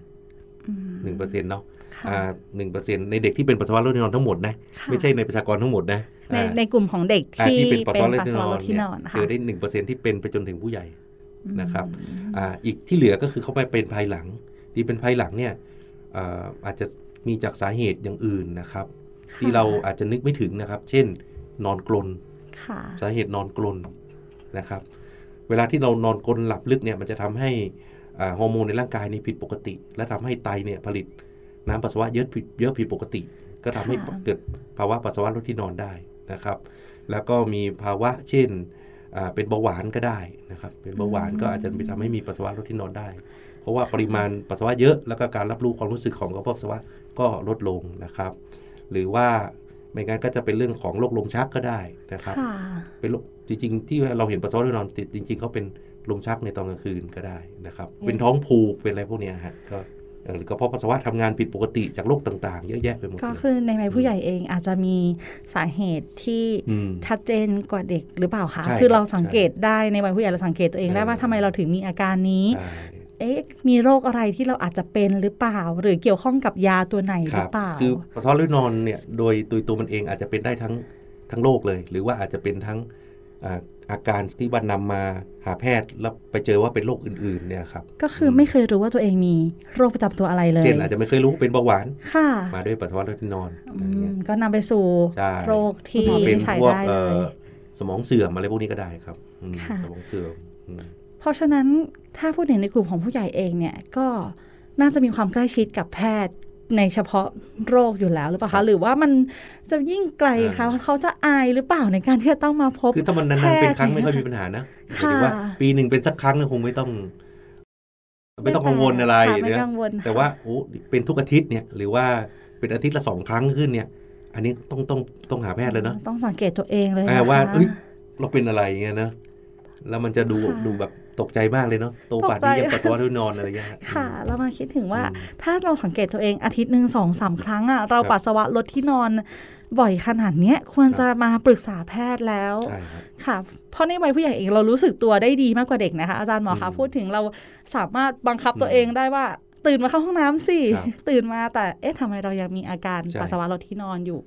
[SPEAKER 1] อืม
[SPEAKER 2] หนึ่งเปอร์เซ็นต์เนาะ
[SPEAKER 1] ค่ะ
[SPEAKER 2] อ่าหนึ่งเปอร์เซ็นต์ในเด็กที่เป็นปัสสาวะรถที่นอนทั้งหมดนะ
[SPEAKER 1] ค่ะ
[SPEAKER 2] ไม่ใช่ในประชากรทั้งหมดนะ
[SPEAKER 1] ใน
[SPEAKER 2] อ่า
[SPEAKER 1] ในกลุ่มของเด็ก
[SPEAKER 2] อ่า
[SPEAKER 1] ที่
[SPEAKER 2] ที่เป็นปัส
[SPEAKER 1] เป็น
[SPEAKER 2] สาวะรถ
[SPEAKER 1] ปัส
[SPEAKER 2] ที่
[SPEAKER 1] สาวน วะรถที่
[SPEAKER 2] อนเนี่ย
[SPEAKER 1] นอน
[SPEAKER 2] เจอได้หนึ่งเปอร์เซ็นต์ที่เป็นไปจนถึงผู้ใหญ่ นะครับ
[SPEAKER 1] อืม
[SPEAKER 2] อ่าอีกที่เหลือก็คือเขาไปเป็นภายหลัง ที่เป็นภายหลังเนี่ยอ่าอาจจะมีจากสาเหตุอย่างอื่นนะครับ ที่เราอาจจะนึกไม่ถึงนะครับ เช่น นอนกลน
[SPEAKER 1] ค่ะ
[SPEAKER 2] สาเหตุนอนกลนนะครับ เวลาที่เรานอนกลนหลับลึกเนี่ยมันจะทำให้อ่าฮอร์โมนในร่างกายนี่ผิดปกติ และทำให้ไตเนี่ยผลิตน้ำปัสสาวะเยอะผิดเยอะผิดปกติ ก็ทำให้เกิดภาวะปัสสาวะลดที่นอนได้นะครับ แล้วก็มีภาวะเช่นอ่าเป็นเบาหวานก็ได้นะครับ เป็นเบาหวานก็อาจจะทำให้มีปัสสาวะลดที่นอนได้ เพราะว่าปริมาณปัสสาวะเยอะแล้วก็การรับรู้ความรู้สึกของกระเพาะปัสสาวะก็ลดลงนะครับ หรือว่าไม่งั้นก็จะเป็นเรื่องของโรคลมชักก็ได้นะครับ
[SPEAKER 1] ค่ะ
[SPEAKER 2] เป็นโรคจริงๆ ที่เราเห็นปัสสาวะด้วยนอนติดจริงๆเขาเป็นลมชักในตอนกลางคืนก็ได้นะครับ
[SPEAKER 1] อืม
[SPEAKER 2] เป็นท้องผูกเป็นอะไรพวกเนี้ยฮะก็เอ่อหรือกระเพาะปัสสาวะทำงานผิดปกติจากโรคต่างๆ เยอะแยะไปหมด
[SPEAKER 1] ก็
[SPEAKER 2] เลย
[SPEAKER 1] คือในวัยผู้ใหญ่เองอาจจะมีสาเหตุที่
[SPEAKER 2] ม
[SPEAKER 1] ชัดเจนกว่าเด็กหรือเปล่าคะ
[SPEAKER 2] ใช่
[SPEAKER 1] คือ
[SPEAKER 2] ครับ
[SPEAKER 1] เราสังเกตได้ในวัยผู้ใหญ่เราสังเกตตัวเองได้
[SPEAKER 2] เออ
[SPEAKER 1] ว่าทำไมเราถึงมีอาการนี้
[SPEAKER 2] ใช่
[SPEAKER 1] เอ๊ะมีโรคอะไรที่เราอาจจะเป็นหรือเปล่า หรือเกี่ยวข้องกับยาตัวไหน
[SPEAKER 2] ค
[SPEAKER 1] หรื
[SPEAKER 2] รับ
[SPEAKER 1] อเปล่า
[SPEAKER 2] คือปัสสาวะหรือนอนเนี่ยโดยตัวตัวมันเองอาจจะเป็นได้ทั้งทั้งโรคเลย หรือว่าอาจจะเป็นทั้งอ่าอาการที่ว่านำมาหาแพทย์แล้วไปเจอว่าเป็นโรคอื่นๆเนี่ยครับ
[SPEAKER 1] ก็คือไม่เคยรู้ว่าตัวเองมีโรคประจำตัวอะไรเลย
[SPEAKER 2] เช่นอาจจะไม่เคยรู้เป็นเบาหวาน
[SPEAKER 1] ค่ะ
[SPEAKER 2] มาด้วยปัสสาวะหรือนอนอะไร
[SPEAKER 1] อื
[SPEAKER 2] เงี้
[SPEAKER 1] ม
[SPEAKER 2] ย
[SPEAKER 1] ก็นำไปสู่
[SPEAKER 2] ใช่
[SPEAKER 1] โรคที่
[SPEAKER 2] มาเป็น
[SPEAKER 1] ใช้
[SPEAKER 2] พวก
[SPEAKER 1] ได้เล
[SPEAKER 2] เอ่อย สมองเสื่อมอะไรพวกนี้ก็ได้ครับอืม
[SPEAKER 1] ค่ะ
[SPEAKER 2] สมองเสื่อมอืม
[SPEAKER 1] เพราะฉะนั้นถ้าพูดถึงในกลุ่มของผู้ใหญ่เองเนี่ยก็น่าจะมีความใกล้ชิดกับแพทย์ในเฉพาะโรคอยู่แล้วหรือเปล่า
[SPEAKER 2] ครั
[SPEAKER 1] คะ
[SPEAKER 2] บ
[SPEAKER 1] หรือว่ามันจะยิ่งไกลคะ
[SPEAKER 2] อ่า
[SPEAKER 1] เขาจะอายหรือเปล่าในการที่จะต้องมาพบ
[SPEAKER 2] คือถ้ามันนานๆเป็นครั้
[SPEAKER 1] แพท
[SPEAKER 2] ง
[SPEAKER 1] ย์
[SPEAKER 2] ไม่ค่อยมีปัญหานะหมาย
[SPEAKER 1] ค่ะ
[SPEAKER 2] ถึงว่า ปีหนึ่งเป็นสักครั้งเนี่ยคงไม่ต้อง ไม่ต้องกังวลอะไร
[SPEAKER 1] ค่ไม่
[SPEAKER 2] นะ
[SPEAKER 1] กังวล
[SPEAKER 2] แต่ว่าโอ้เป็นทุกอาทิตย์เนี่ยหรือว่าเป็นอาทิตย์ละสองครั้งขึ้นเนี่ย อันนี้ต้องต้องต้องหาแพทย์แล้วเนาะ
[SPEAKER 1] ต้องสังเกตตัวเองเลยนะ
[SPEAKER 2] อ่า
[SPEAKER 1] คะ
[SPEAKER 2] ว่าเอ้ย เราเป็นอะไรเงี้ยนะแล้วมันจะดู
[SPEAKER 1] ค่ะ
[SPEAKER 2] ดูแบบตกใจมากเลยเนาะโตป่าน
[SPEAKER 1] ตก
[SPEAKER 2] นี้
[SPEAKER 1] ใจ
[SPEAKER 2] ยังปัสสาวะด้วยนอนอะไรเงี้ย
[SPEAKER 1] ค่ะ เรามาคิดถึงว่า
[SPEAKER 2] อืม
[SPEAKER 1] ถ้าเราสังเกตตัวเองอาทิตย์หนึ่งสองสามครั้งอ่ะเรา
[SPEAKER 2] ครับ
[SPEAKER 1] ปัสสาวะลดที่นอน บ่อยขนาดเนี้ยควร
[SPEAKER 2] ครับ
[SPEAKER 1] จะมาปรึกษาแพทย์แล้ว
[SPEAKER 2] ใช่ครับ
[SPEAKER 1] ค่ะเพราะในวัยผู้ใหญ่เองเรารู้สึกตัวได้ดีมากกว่าเด็กนะคะ อาจารย์หมอคะ
[SPEAKER 2] อืม
[SPEAKER 1] พูดถึงเราสามารถบังคับ
[SPEAKER 2] อืม
[SPEAKER 1] ตัวเองได้ว่า ตื่นมาเข้าห้องน้ำสิ
[SPEAKER 2] ครับ
[SPEAKER 1] ตื่นมาแต่เอ๊ะทำไมเรายังมีอาการ
[SPEAKER 2] ใช่
[SPEAKER 1] ปัสสาวะลดที่นอนอยู่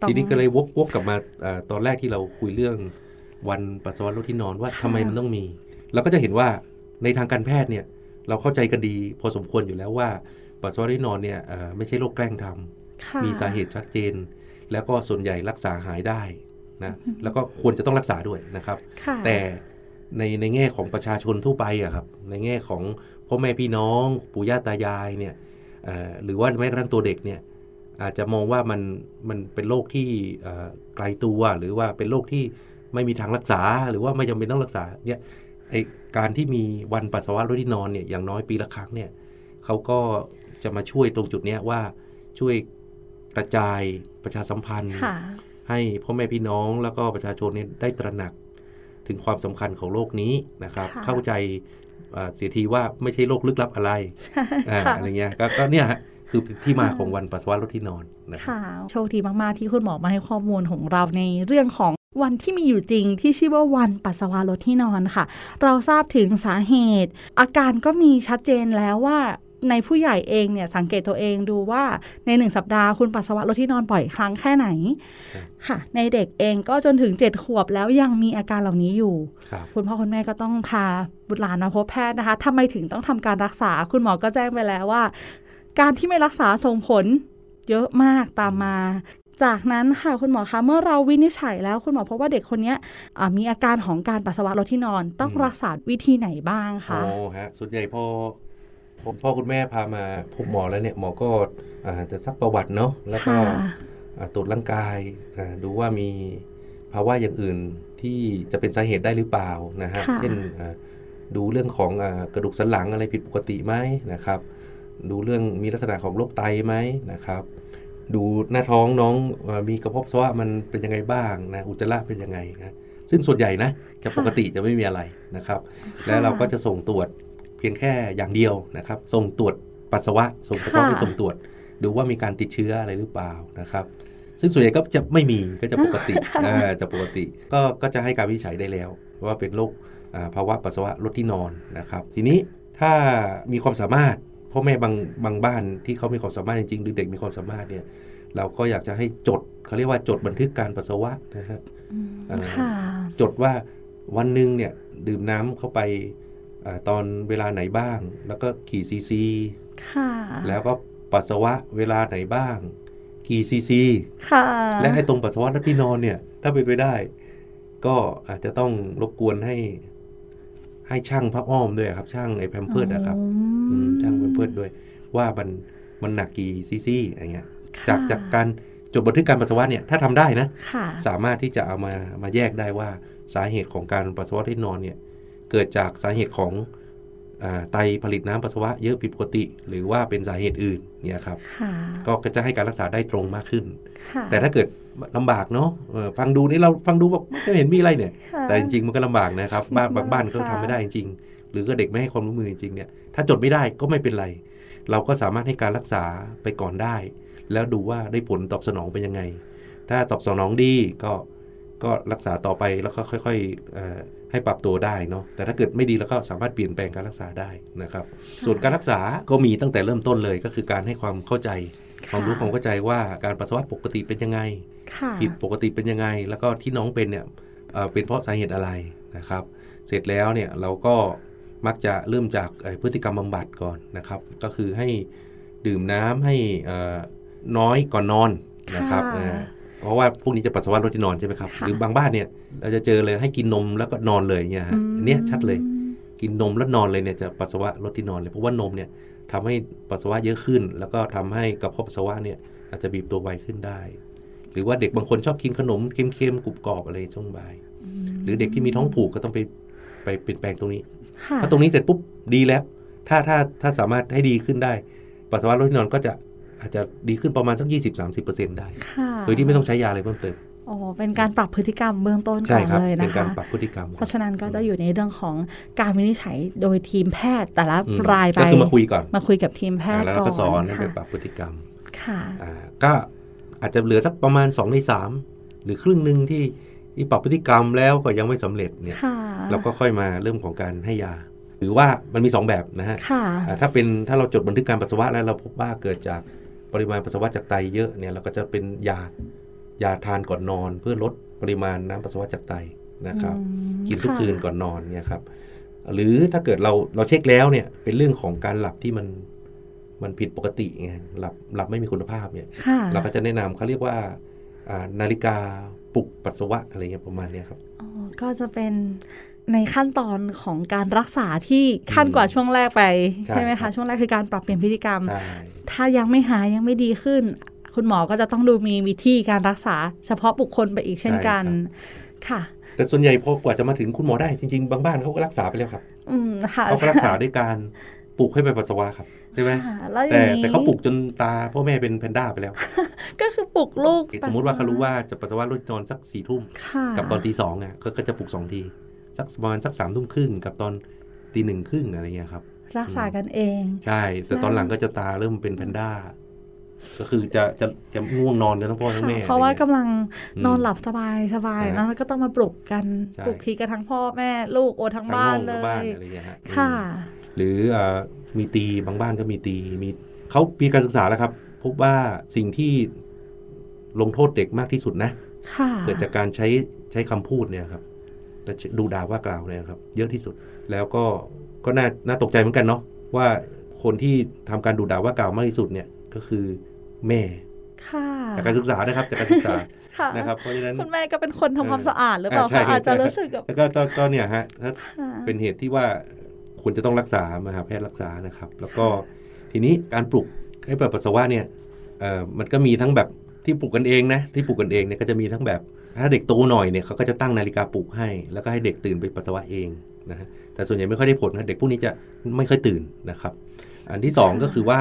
[SPEAKER 1] ต้อง
[SPEAKER 2] ทีนี้ก็เลยวกวกกลับมาอ่าตอนแรกที่เราคุยเรื่องวันปัสสาวะลดที่นอนว่า
[SPEAKER 1] ค่ะ
[SPEAKER 2] ทำไมมันต้องมี เราก็จะเห็นว่าในทางการแพทย์เนี่ย เราเข้าใจกันดีพอสมควรอยู่แล้วว่าปัสสาวะลดที่นอนเนี่ยอ่าไม่ใช่โรคแกล้งทำ
[SPEAKER 1] ค่ะ
[SPEAKER 2] มีสาเหตุชัดเจน แล้วก็ส่วนใหญ่รักษาหายได้นะแล้วก็ควรจะต้องรักษาด้วยนะครับ
[SPEAKER 1] ค่ะ
[SPEAKER 2] แต่ในในแง่ของประชาชนทั่วไปอะครับในแง่ของพ่อแม่พี่น้องปู่ย่าตายายเนี่ยเอ่อหรือว่าแม้กระทั่งตัวเด็กเนี่ยอาจจะมองว่ามันมันเป็นโรคที่เอ่อไกลตัวหรือว่าเป็นโรคที่ไม่มีทางรักษา หรือว่าไม่จำเป็นต้องรักษาเนี่ยไอการที่มีวันปัสสาวะลดที่นอนเนี่ยอย่างน้อยปีละครั้งเนี่ยเขาก็จะมาช่วยตรงจุดเนี้ยว่าช่วยกระจายประชาสัมพันธ์
[SPEAKER 1] ค่ะ
[SPEAKER 2] ให้พ่อแม่พี่น้องแล้วก็ประชาชนเนี่ยได้ตระหนักถึงความสำคัญของโรคนี้นะครับ
[SPEAKER 1] ค่ะ
[SPEAKER 2] เข้าใจเอ่อเสียทีว่าไม่ใช่โรคลึกลับอะไร
[SPEAKER 1] ใช่
[SPEAKER 2] อา
[SPEAKER 1] ค่ะ
[SPEAKER 2] อะไรเงี้ยก็ก็เนี่ยฮะคือที่มาของวันปัสสาวะลดที่นอนนะครับ
[SPEAKER 1] ค่ะโชคดีมาก ๆ ที่คุณหมอมาให้ข้อมูลของเราในเรื่องของวันที่มีอยู่จริงที่ชื่อว่าวันปัสสาวะลดที่นอนค่ะ เราทราบถึงสาเหตุ อาการก็มีชัดเจนแล้วว่าในผู้ใหญ่เองเนี่ยสังเกตตัวเองดูว่าในหนึ่งสัปดาห์คุณปัสสาวะลดที่นอนบ่อยครั้งแค่ไหน
[SPEAKER 2] ครับ
[SPEAKER 1] ค่ะ ในเด็กเองก็จนถึง 7 ขวบแล้วยังมีอาการเหล่านี้อยู่
[SPEAKER 2] ครับ
[SPEAKER 1] คุณพ่อคุณแม่ก็ต้องพาบุตรหลานมาพบแพทย์นะคะทำไมถึงต้องทำการรักษา คุณหมอก็แจ้งไปแล้วว่า การที่ไม่รักษาส่งผลเยอะมากตามมา จากนั้นค่ะคุณหมอคะเมื่อเราวินิจฉัยแล้วคุณหมอพบว่าเด็กคนเนี้ยอ่ามีอาการของการปัสสาวะลดที่นอน ต้อง
[SPEAKER 2] อืม
[SPEAKER 1] รักษาวิธีไหนบ้างคะ
[SPEAKER 2] โอ้ฮะส่วนใหญ่พอผมพ่อคุณแม่พามาพบหมอแล้วเนี่ยหมอก็อ่าจะซักประวัติเนาะแล้วก็
[SPEAKER 1] ค่ะ
[SPEAKER 2] อ่าตรวจร่างกายอ่าดูว่ามีภาวะอย่างอื่นที่จะเป็นสาเหตุได้หรือเปล่านะฮะ
[SPEAKER 1] ค่ะ
[SPEAKER 2] เช่นอ่าดูเรื่องของอากระดูกสันหลังอะไรผิดปกติไหมนะครับ ดูเรื่องมีลักษณะของโรคไตไหมนะครับ ดูหน้าท้องน้องเออมีกระเพาะปัสสาวะมันเป็นยังไงบ้างนะอุจจาระเป็นยังไงนะซึ่งส่วนใหญ่นะจะปกติจะไม่มีอะไรนะครับ แล้วเราก็จะส่งตรวจเพียงแค่อย่างเดียวนะครับ ส่งตรวจปัสสาวะ ส่งปัสสาวะ
[SPEAKER 1] ค่ะ
[SPEAKER 2] ไปส่งตรวจ ดูว่ามีการติดเชื้ออะไรหรือเปล่านะครับ ซึ่งส่วนใหญ่ก็จะไม่มีก็จะปกติ อ่าจะปกติก็ก็จะให้การวินิจฉัยได้แล้ว ว่าเป็นโรคอ่าภาวะปัสสาวะลดที่นอนนะครับ ทีนี้ถ้ามีความสามารถพ่อแม่บางบางบ้านที่เขามีความสามารถจริงๆหรือเด็กมีความสามารถเนี่ยเราก็อยากจะให้จดเขาเรียกว่าจดบันทึกการปัสสาวะนะฮะ
[SPEAKER 1] อืมค่ะ
[SPEAKER 2] จดว่าวันหนึ่งเนี่ยดื่มน้ำเข้าไปอาตอนเวลาไหนบ้าง แล้วก็กี่ซีซี
[SPEAKER 1] ค่ะ
[SPEAKER 2] แล้วก็ปัสสาวะเวลาไหนบ้าง กี่ซีซี
[SPEAKER 1] ค่ะ
[SPEAKER 2] และให้ตรงปัสสาวะแล้วที่นอนเนี่ย ถ้าเป็นไปได้ ก็อาจจะต้องรบกวนให้ ให้ช่างผ้าอ้อมด้วยครับช่างไอ้แพมเพิร์ดนะครับ
[SPEAKER 1] อื
[SPEAKER 2] อื
[SPEAKER 1] ม
[SPEAKER 2] มช่างแพมเพิร์ดด้วย ว่ามันมันหนักกี่ซีซีอะไรเงี้ยจากจากการจดบันทึกการปัสสาวะเนี่ยถ้าทำได้นะ
[SPEAKER 1] ค่ะ
[SPEAKER 2] สามารถที่จะเอามามาแยกได้ว่าสาเหตุของการปัสสาวะที่นอนเนี่ยเกิดจากสาเหตุของอาไตผลิตน้ำปัสสาวะเยอะผิดปกติ หรือว่าเป็นสาเหตุอื่นเนี่ยครับ
[SPEAKER 1] ค่ะ
[SPEAKER 2] ก็ก็จะให้การรักษาได้ตรงมากขึ้น
[SPEAKER 1] ค่ะ
[SPEAKER 2] แต่ถ้าเกิดลำบากเนาะเออฟังดูนี่เราฟังดูบอกไม่เห็นมีอะไรเนี่ย
[SPEAKER 1] ค่ะ
[SPEAKER 2] แต่จริงๆมันก็ลำบากนะครับบ้านบางบ้านเขา
[SPEAKER 1] ค่ะ
[SPEAKER 2] ทำไม่ได้จริงๆหรือก็เด็กไม่ให้ความร่วมมือจริงๆเนี่ยถ้าจดไม่ได้ก็ไม่เป็นไร เราก็สามารถให้การรักษาไปก่อนได้ แล้วดูว่าได้ผลตอบสนองเป็นยังไง ถ้าตอบสนองดีก็ก็รักษาต่อไปแล้วก็ค่อยๆเอ่อให้ปรับตัวได้เนาะแต่ถ้าเกิดไม่ดีแล้วก็สามารถเปลี่ยนแปลงการรักษาได้นะครับ ส่วนการรักษาก็มีตั้งแต่เริ่มต้นเลยก็คือการให้ความเข้าใจ ความรู้ความเข้าใจว่าการปัสสาวะปกติเป็นยังไง
[SPEAKER 1] ค่ะ
[SPEAKER 2] ผิดปกติเป็นยังไง แล้วก็ที่น้องเป็นเนี่ยเอ่อเป็นเพราะสาเหตุอะไรนะครับ เสร็จแล้วเนี่ยเราก็มักจะเริ่มจากเอ่อพฤติกรรมบำบัดก่อนนะครับ ก็คือให้ดื่มน้ำให้เอ่อน้อยก่อนนอนนะครับ
[SPEAKER 1] ค่ะ
[SPEAKER 2] นะเพราะว่าพวกนี้จะปัสสาวะลดที่นอนใช่ไหมครับ
[SPEAKER 1] ค่ะ
[SPEAKER 2] หรือบางบ้านเนี่ยเราจะเจอเลยให้กินนมแล้วก็นอนเลยเนี่ยฮะอันเนี้ยชัดเลย กินนมแล้วนอนเลยเนี่ยจะปัสสาวะลดที่นอนเลยเพราะว่านมเนี่ยทำให้ปัสสาวะเยอะขึ้น แล้วก็ทำให้กระเพาะปัสสาวะเนี่ยอาจจะบีบตัวไวขึ้นได้ หรือว่าเด็กบางคนชอบกินขนมเค็มๆกรุบกรอบอะไรช่วงบ่าย หรือเด็กที่มีท้องผูกก็ต้องไปไปเปลี่ยนแปลงตรงนี้
[SPEAKER 1] ค่ะ
[SPEAKER 2] พอตรงนี้เสร็จปุ๊บดีแล้ว ถ้าถ้าถ้าสามารถให้ดีขึ้นได้ ปัสสาวะลดที่นอนก็จะอาจจะดีขึ้นประมาณสัก 20-30%ได้
[SPEAKER 1] ค่ะ
[SPEAKER 2] โดยที่ไม่ต้องใช้ยาอะไรเพิ่มเติม
[SPEAKER 1] โอ้เป็นการปรับพฤติกรรมเบื้องต้น
[SPEAKER 2] ใช่
[SPEAKER 1] ก่อน
[SPEAKER 2] ครับ
[SPEAKER 1] เลย
[SPEAKER 2] เป็
[SPEAKER 1] นะ
[SPEAKER 2] นการ
[SPEAKER 1] คะ
[SPEAKER 2] ปรับพฤติกรรม
[SPEAKER 1] เพราะฉะนั้นก็จะอยู่ในเรื่องของการวินิจฉัยโดยทีมแพทย์แต่ละ
[SPEAKER 2] อืม
[SPEAKER 1] รายไป
[SPEAKER 2] ก็คือมาคุยก่อน
[SPEAKER 1] มาคุยกับทีมแพ
[SPEAKER 2] อ่า
[SPEAKER 1] ทย์
[SPEAKER 2] แล้ว
[SPEAKER 1] ก่
[SPEAKER 2] เรา
[SPEAKER 1] อ
[SPEAKER 2] ก็สอน
[SPEAKER 1] น
[SPEAKER 2] ให้ไป
[SPEAKER 1] ค่ะ
[SPEAKER 2] ปรับพฤติกรรม
[SPEAKER 1] ค่ะ
[SPEAKER 2] อ่าก็อาจจะเหลือสักประมาณ2ใน3หรือครึ่งหนึ่งที่ที่ปรับพฤติกรรมแล้วก็ยังไม่สำเร็จเนี่ย
[SPEAKER 1] ค่ะ
[SPEAKER 2] เราก็ค่อยมาเริ่มของการให้ยา หรือว่ามันมี 2 แบบนะฮะ
[SPEAKER 1] ค่ะ
[SPEAKER 2] อ่าถ้าเป็นถ้าเราจดบันทึกการปัสสาวะแล้วเราพบว่าเกิดจากปริมาณปัสสาวะจากไตเยอะเนี่ยเราก็จะเป็นยายาทานก่อนนอน เพื่อลดปริมาณน้ำปัสสาวะจากไตนะครับ
[SPEAKER 1] อืม
[SPEAKER 2] กินทุก
[SPEAKER 1] ค่ะ
[SPEAKER 2] คืนก่อนนอนเนี่ยครับ หรือถ้าเกิดเราเราเช็คแล้วเนี่ยเป็นเรื่องของการหลับที่มันมันผิดปกติไงหลับหลับไม่มีคุณภาพเนี่ย
[SPEAKER 1] ค่ะ
[SPEAKER 2] เราก็จะแนะนำเขาเรียกว่าอ่านาฬิกาปลุกปัสสาวะอะไรเงี้ยประมาณเนี้ยครับ
[SPEAKER 1] อ๋อก็จะเป็นในขั้นตอนของการรักษาที่ขั้นกว่าช่วงแรกไป
[SPEAKER 2] ใช่
[SPEAKER 1] ไหม
[SPEAKER 2] ครั
[SPEAKER 1] คะ
[SPEAKER 2] บ
[SPEAKER 1] ช่วงแรกคือการปรับเปลี่ยนพฤติกรรม
[SPEAKER 2] ใช่
[SPEAKER 1] ถ้ายังไม่หายยังไม่ดีขึ้น คุณหมอก็จะต้องดูมีวิธีการรักษาเฉพาะบุคคลไปอีกเช่นกันค่ะ
[SPEAKER 2] แต่ส่วนใหญ่พอกว่าจะมาถึงคุณหมอได้จริงๆ บางบ้านเขาก็รักษาไปแล้วครับ
[SPEAKER 1] อืมค่ะ
[SPEAKER 2] เขาก็รักษาด้วยการปลุกให้ไปปัสสาวะครับใช่ไหม
[SPEAKER 1] ค่ะล้วอย่
[SPEAKER 2] แต่
[SPEAKER 1] งนี้
[SPEAKER 2] แต่เขาปลุกจนตาพ่อแม่เป็นแพนด้าไปแล้ว
[SPEAKER 1] ก็คือปลุกลูก
[SPEAKER 2] สมมติว่าเขารู้ว่าจะปัสสาวะลดนอนสักสี่ทุ่ม
[SPEAKER 1] ค่ะ
[SPEAKER 2] กับตอนตีสองอ่ะเขาก็จะปลุกสองทีสักประมาณสักสามทุ่มครึ่งกับตอนตีหนึ่งครึ่งอะไรเงี้ยครับ
[SPEAKER 1] รักษากันเอง
[SPEAKER 2] ใช่ แต่ตอนหลังก็จะตาเริ่มเป็นแพนด้าก็คือจะจะจะง่วงนอนกันทั้งพ่อทั้งแม่
[SPEAKER 1] เพราะว่า
[SPEAKER 2] อไงี้ย
[SPEAKER 1] กำลัง
[SPEAKER 2] อืม
[SPEAKER 1] นอนหลับสบายสบาย
[SPEAKER 2] อ่า
[SPEAKER 1] เนอะแล้วก็ต้องมาปลุกกัน
[SPEAKER 2] ใช่
[SPEAKER 1] ปลุกทีกันทั้งพ่อแม่ลูกโอทั้ง
[SPEAKER 2] ทั้ง
[SPEAKER 1] บ้า
[SPEAKER 2] ห้
[SPEAKER 1] น
[SPEAKER 2] อง
[SPEAKER 1] เล
[SPEAKER 2] ทั้งบ้าน
[SPEAKER 1] ย
[SPEAKER 2] อะไรเงี้ยฮะ
[SPEAKER 1] ค่ะ
[SPEAKER 2] อืมหรือเอ่อมีตีบางบ้านก็มีตีมีเขามีการศึกษาแล้วครับ พบว่าสิ่งที่ลงโทษเด็กมากที่สุดนะ
[SPEAKER 1] ค่ะ
[SPEAKER 2] เกิดจากการใช้ใช้คำพูดเนี่ยครับและดูด่าว่ากล่าวเนี่ยครับ เยอะที่สุดแล้วก็ก็น่าน่าตกใจเหมือนกันเนาะว่าคนที่ทำการดูด่าว่ากล่าวมากที่สุดเนี่ยก็คือแม่
[SPEAKER 1] ค่ะ
[SPEAKER 2] จากการศึกษานะครับจากการศึกษา
[SPEAKER 1] ค่ะ
[SPEAKER 2] นะครับ เพราะฉะนั้น
[SPEAKER 1] คุณแม่ก็เป็นคนทำความ
[SPEAKER 2] เออ
[SPEAKER 1] สะอาดหรือเปล่า
[SPEAKER 2] อ่าใช่
[SPEAKER 1] คะอาจจะ
[SPEAKER 2] ใช่
[SPEAKER 1] รู้สึกแบบ
[SPEAKER 2] แล้วก็ก็ก็เนี่ยฮะถ้า
[SPEAKER 1] ค่ะ
[SPEAKER 2] เป็นเหตุที่ว่าควรจะต้องรักษามาหาแพทย์รักษานะครับ แล้วก็ทีนี้การปลุกให้เปิดปัสสาวะเนี่ยเอ่อมันก็มีทั้งแบบที่ปลุกกันเองนะที่ปลุกกันเองเนี่ยก็จะมีทั้งแบบถ้าเด็กโตหน่อยเนี่ยเขาก็จะตั้งนาฬิกาปลุกให้ แล้วก็ให้เด็กตื่นไปปัสสาวะเองนะฮะแต่ส่วนใหญ่ไม่ค่อยได้ผลนะเด็กพวกนี้จะไม่ค่อยตื่นนะครับ อันที่สองก็คือว่า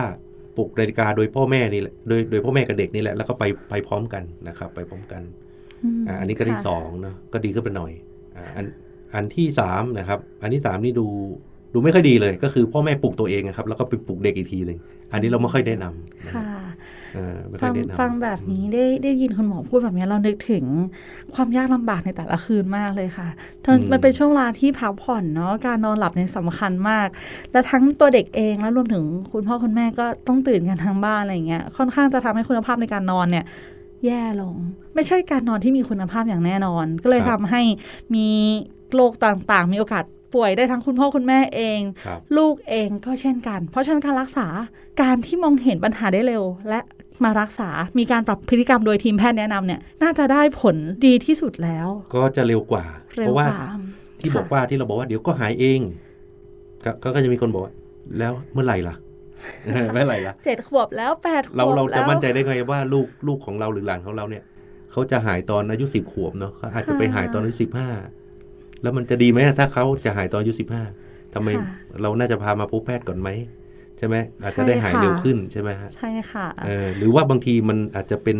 [SPEAKER 2] ปลุกนาฬิกาโดยพ่อแม่นี่แหละโดยโดยพ่อแม่กับเด็กนี่แหละแล้วก็ไปไปพร้อมกันนะครับไปพร้อมกัน
[SPEAKER 1] ม
[SPEAKER 2] อ่ะอันนี้ก็ที่
[SPEAKER 1] ค่ะ
[SPEAKER 2] สองเนอะก็ดีขึ้นไปหน่อยอ่ะอันอันที่สามนะครับ อันที่สามนี่ดูดูไม่ค่อยดีเลย ก็คือพ่อแม่ปลูกตัวเองนะครับ แล้วก็ไปปลูกเด็กอีกทีหนึ่งอันนี้เราไม่ค่อยแนะนำนะ
[SPEAKER 1] ค่ะ
[SPEAKER 2] เออไม่ค่
[SPEAKER 1] ฟั
[SPEAKER 2] อย
[SPEAKER 1] ง
[SPEAKER 2] แนะนำ
[SPEAKER 1] ฟังแบบนี้ได้ได้ยินคุณหมอพูดแบบนี้เรานึกถึงความยากลำบากในแต่ละคืนมากเลยค่ะเธอมันเป็นช่วงเวลาที่พักผ่อนเนาะการนอนหลับเนี่ยสำคัญมาก และทั้งตัวเด็กเองแล้วรวมถึงคุณพ่อคุณแม่ก็ต้องตื่นกันทั้งบ้านอะไรอย่างเงี้ยค่อนข้างจะทำให้คุณภาพในการนอนเนี่ย แย่ลง ไม่ใช่การนอนที่มีคุณภาพอย่างแน่นอน ก็เลยทำให้มีโรคต่างๆ มีโอกาสป่วยได้ทั้งคุณพ่อคุณแม่เอง
[SPEAKER 2] ครับ
[SPEAKER 1] ลูกเองก็เช่นกัน เพราะฉะนั้นการรักษาการที่มองเห็นปัญหาได้เร็ว และมารักษา มีการปรับพฤติกรรมโดยทีมแพทย์แนะนำเนี่ย น่าจะได้ผลดีที่สุดแล้ว
[SPEAKER 2] ก็จะเร็วกว่า
[SPEAKER 1] เร็
[SPEAKER 2] เพ
[SPEAKER 1] ว
[SPEAKER 2] ราะ
[SPEAKER 1] ก
[SPEAKER 2] ว่า
[SPEAKER 1] ว่า
[SPEAKER 2] ที่บอกว่าที่เราบอกว่าเดี๋ยวก็หายเอง ก็ก็ก็จะมีคนบอกว่าแล้วเมื่อไหร่ล่ะ เมื่อไหร่ล่ะ
[SPEAKER 1] เจ็ดขวบแล้วแปดขวบ
[SPEAKER 2] เราเราจะ
[SPEAKER 1] แล้ว
[SPEAKER 2] มั่นใจได้ไงว่าลูกลูกของเราหรือหลานของเราเนี่ยเขาจะหายตอนอายุสิบขวบเนาะเขาอาจจะไปหายตอนอายุสิบห้าแล้วมันจะดีไหมอะถ้าเขาจะหายตอนอายุสิบห้าทำไม
[SPEAKER 1] ค่ะ
[SPEAKER 2] เราน่าจะพามาพบแพทย์ก่อนไหมใช่ไหมอาจจะได้หาย
[SPEAKER 1] ใช่ค่ะ
[SPEAKER 2] เร็วขึ้นใช่ไหมฮะ
[SPEAKER 1] ใช่ค่ะ
[SPEAKER 2] เออหรือว่าบางทีมันอาจจะเป็น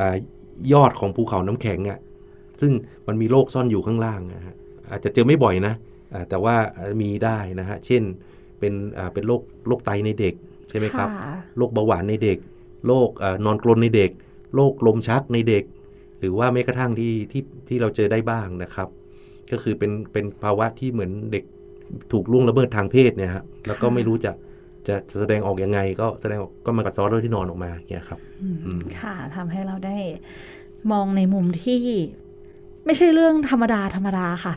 [SPEAKER 2] อ่ายอดของภูเขาน้ำแข็งอะ่ะซึ่งมันมีโรคซ่อนอยู่ข้างล่างนะฮะอาจจะเจอไม่บ่อยนะอ่าแต่ว่าอ่ามีได้นะฮะเช่นเป็นอ่าเป็นโรคโรคไตในเด็กใช่ไหมครับ โรคเบาหวานในเด็ก โรคเอ่อนอนกรนในเด็ก โรคลมชักในเด็ก หรือว่าแม้กระทั่งที่ที่ที่เราเจอได้บ้างนะครับ ก็คือเป็นเป็นภาวะที่เหมือนเด็กถูกล่วงละเมิดทางเพศเนี่ยฮะ แล้วก็
[SPEAKER 1] ค่ะ
[SPEAKER 2] ไม่รู้จะจะจะแสดงออกยังไง ก็แสดงออกก็มากับซอสด้วยที่นอนออกมาเนี่ยครับ
[SPEAKER 1] อืม
[SPEAKER 2] อืม
[SPEAKER 1] ค่ะทำให้เราได้มองในมุมที่ ไม่ใช่เรื่องธรรมดาธรรมดาค่ะ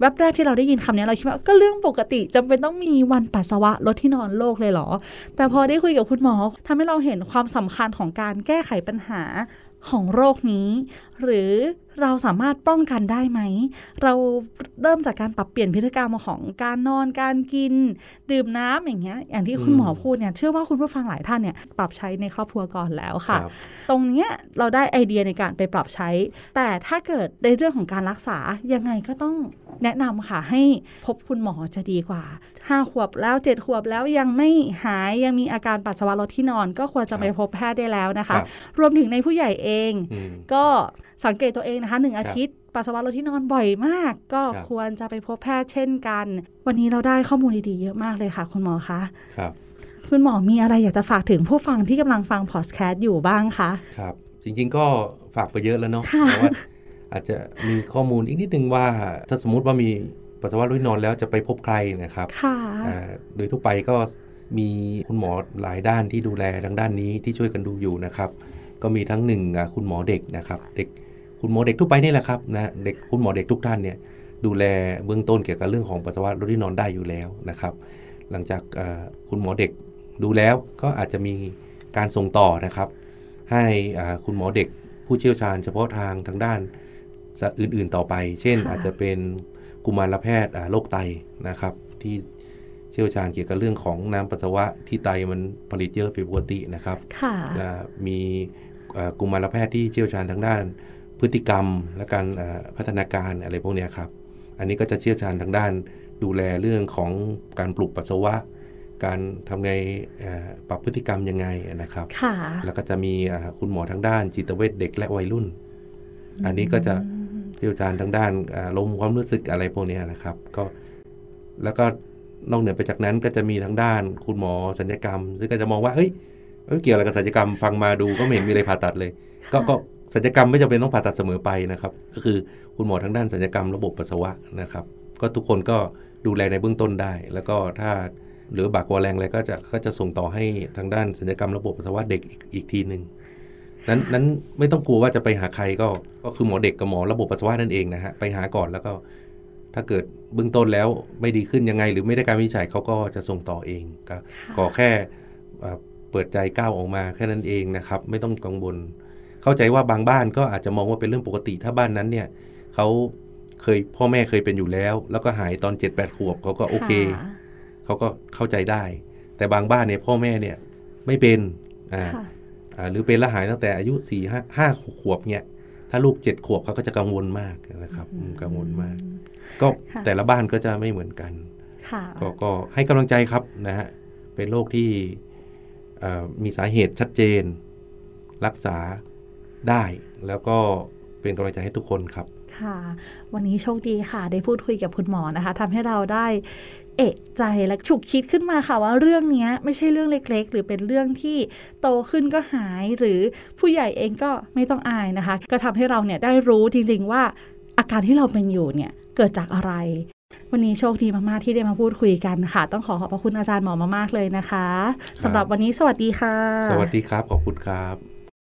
[SPEAKER 1] แวบแรกที่เราได้ยินคำนี้เราคิดว่าก็เรื่องปกติจำเป็นต้องมีวันปัสสาวะลดที่นอนโลกเลยเหรอ แต่พอได้คุยกับคุณหมอทำให้เราเห็นความสำคัญของการแก้ไขปัญหา
[SPEAKER 3] ของโรคนี้ หรือเราสามารถป้องกันได้ไหม เราเริ่มจากการปรับเปลี่ยนพฤติกรรมของการนอนการกิน ดื่มน้ำอย่างเงี้ยอย่างที่คุณหมอพูดเนี่ยเชื่อว่าคุณผู้ฟังหลายท่านเนี่ยปรับใช้ในครอบครัวก่อนแล้วค่ะ
[SPEAKER 2] รับ
[SPEAKER 3] ตรงเนี้ยเราได้ไอเดียในการไปปรับใช้ แต่ถ้าเกิดในเรื่องของการรักษายังไงก็ต้องแนะนำค่ะให้พบคุณหมอจะดีกว่า 5 ขวบแล้ว 7 ขวบแล้วยังไม่หายยังมีอาการปัสสาวะลดที่นอน ก็ควรจะไปพบแพทย์ได้แล้วนะ
[SPEAKER 2] ค
[SPEAKER 3] คะ
[SPEAKER 2] รับ
[SPEAKER 3] รวมถึงในผู้ใหญ่เอง
[SPEAKER 2] อืม
[SPEAKER 3] ก็สังเกตตัวเองนะคะหนึ่งอาทิตย์ปัสสาวะลดที่นอนบ่อยมาก ก็
[SPEAKER 2] ครับ
[SPEAKER 3] ควรจะไปพบแพทย์เช่นกัน วันนี้เราได้ข้อมูลดีๆเยอะมากเลยค่ะ คุณหมอคะ
[SPEAKER 2] ครับ
[SPEAKER 3] คุณหมอมีอะไรอยากจะฝากถึงผู้ฟังที่กำลังฟังพอดแคสต์อยู่บ้างคะ
[SPEAKER 2] ครับ จริงๆก็ฝากไปเยอะแล้วเนาะ
[SPEAKER 3] ค่ะ
[SPEAKER 2] แต่ว่าอาจจะมีข้อมูลอีกนิดนึงว่า ถ้าสมมุติว่ามีปัสสาวะลดที่นอนแล้วจะไปพบใครนะครับ
[SPEAKER 3] ค่ะ
[SPEAKER 2] อ่าโดยทั่วไปก็มีคุณหมอหลายด้านที่ดูแลทางด้านนี้ที่ช่วยกันดูอยู่นะครับ ก็มีทั้งหนึ่งอ่ะคุณหมอเด็กนะครับเด็กคุณหมอเด็กทั่วไปนี่แหละครับนะเด็กคุณหมอเด็กทุกท่านเนี่ยดูแลเบื้องต้นเกี่ยวกับเรื่องของปัสสาวะลดที่นอนได้อยู่แล้วนะครับ หลังจากเอ่อคุณหมอเด็กดูแล้วก็อาจจะมีการส่งต่อนะครับ ให้อ่าคุณหมอเด็กผู้เชี่ยวชาญเฉพาะทางทางด้านสะอื่นๆต่อไป เช่น
[SPEAKER 3] ค่ะ
[SPEAKER 2] อาจจะเป็นกุมารแพทย์อ่าโรคไตนะครับ ที่เชี่ยวชาญเกี่ยวกับเรื่องของน้ำปัสสาวะที่ไตมันผลิตเยอะผิดปกตินะครับ
[SPEAKER 3] ค่ะ
[SPEAKER 2] และมีเอ่อกุมารแพทย์ที่เชี่ยวชาญทางด้านพฤติกรรม และการเอ่อพัฒนาการอะไรพวกเนี้ยครับ อันนี้ก็จะเชี่ยวชาญทางด้านดูแลเรื่องของการปลูกปัสสาวะ การทำไงเอ่อปรับพฤติกรรมยังไงนะครับ
[SPEAKER 3] ค่ะ
[SPEAKER 2] แล้วก็จะมีเอ่อคุณหมอทางด้านจิตเวชเด็กและวัยรุ่น อันนี้ก็จะ เชี่ยวชาญทางด้านอ่าลมณ์ความรู้สึกอะไรพวกเนี้ยนะครับก็แล้วก็นอกเหนือไปจากนั้นก็จะมีทางด้านคุณหมอสัญญกรรม ซึ่งก็จะมองว่าเฮ้ยเอ้ยเกี่ยวอะไรกับสัญญกรรมฟังมาดูก็ไม่เห็นมีอะไรผ่าตัดเลย ก็ก็สัญญกรรมไม่จำเป็นต้องผ่าตัดเสมอไปนะครับ ก็คือคุณหมอทางด้านสัญญกรรมระบบปัสสาวะนะครับ ก็ทุกคนก็ดูแลในเบื้องต้นได้ แล้วก็ถ้าเหรือบากวัวแรงอะไรก็จะก็จะส่งต่อให้ทางด้านสัญญกรรมระบบปัสสาวะเด็กอีกอีกทีหนึ่ง นั้นนั้นไม่ต้องกลัวว่าจะไปหาใครก็ก็คือหมอเด็กกับหมอระบบปัสสาวะนั่นเองนะฮะไปหาก่อนแล้วก็ ถ้าเกิดเบื้องต้นแล้วไม่ดีขึ้นยังไง หรือไม่ได้การวินิจฉัยเขาก็จะส่งต่อเองก็ขอแค่เอ่อเปิดใจก้าวออกมาแค่นั้นเองนะครับ ไม่ต้องกังวล เข้าใจว่าบางบ้านก็อาจจะมองว่าเป็นเรื่องปกติถ้าบ้านนั้นเนี่ยเขาเคยพ่อแม่เคยเป็นอยู่แล้ว แล้วก็หายตอน7จ็ดแปดขวบเขาก็โอเค
[SPEAKER 3] ะ
[SPEAKER 2] เขาก็เข้าใจได้ แต่บางบ้านเนี่ยพ่อแม่เนี่ยไม่เป็นอ่า
[SPEAKER 3] ค่ะ
[SPEAKER 2] อ่าหรือเป็นและหายตั้งแต่อายุ4ี่ห้าห้าขวบเนี่ยถ้าลูกเจ็ดขวบเขาก็จะกังวลมากนะครับอืมกังวลมาก ก็
[SPEAKER 3] ค่ะ
[SPEAKER 2] แต่ละบ้านก็จะไม่เหมือนกัน
[SPEAKER 3] ค่ะ
[SPEAKER 2] ก็ก็ให้กำลังใจครับนะฮะเป็นโรคที่เอ่อมีสาเหตุชัดเจน รักษาได้ แล้วก็เป็นกำลังใจให้ทุกคนครับ
[SPEAKER 3] ค่ะ วันนี้โชคดีค่ะ ได้พูดคุยกับคุณหมอนะคะทำให้เราได้เอกใจและฉุกคิดขึ้นมาค่ะว่าเรื่องเนี้ยไม่ใช่เรื่องเล็กๆ หรือเป็นเรื่องที่โตขึ้นก็หายหรือผู้ใหญ่เองก็ไม่ต้องอายนะคะ ก็ทำให้เราเนี่ยได้รู้จริงๆว่าอาการที่เราเป็นอยู่เนี่ยเกิดจากอะไร วันนี้โชคดีมากๆที่ได้มาพูดคุยกันค่ะ ต้องขอขอบพระคุณอาจารย์หมอมากๆเลยนะคะสำหรับวันนี้สวัสดีค่ะ
[SPEAKER 2] สวัสดีครับ ขอบคุณครับ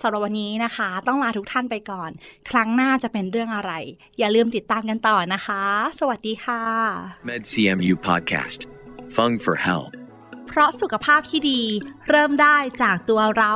[SPEAKER 1] สำหรับวันนี้นะคะ ต้องลาทุกท่านไปก่อน ครั้งหน้าจะเป็นเรื่องอะไร อย่าลืมติดตามกันต่อนะคะ สวัสดีค่ะ
[SPEAKER 4] MedCMU Podcast. Fung for Health.
[SPEAKER 1] เพราะสุขภาพที่ดี เริ่มได้จากตัวเรา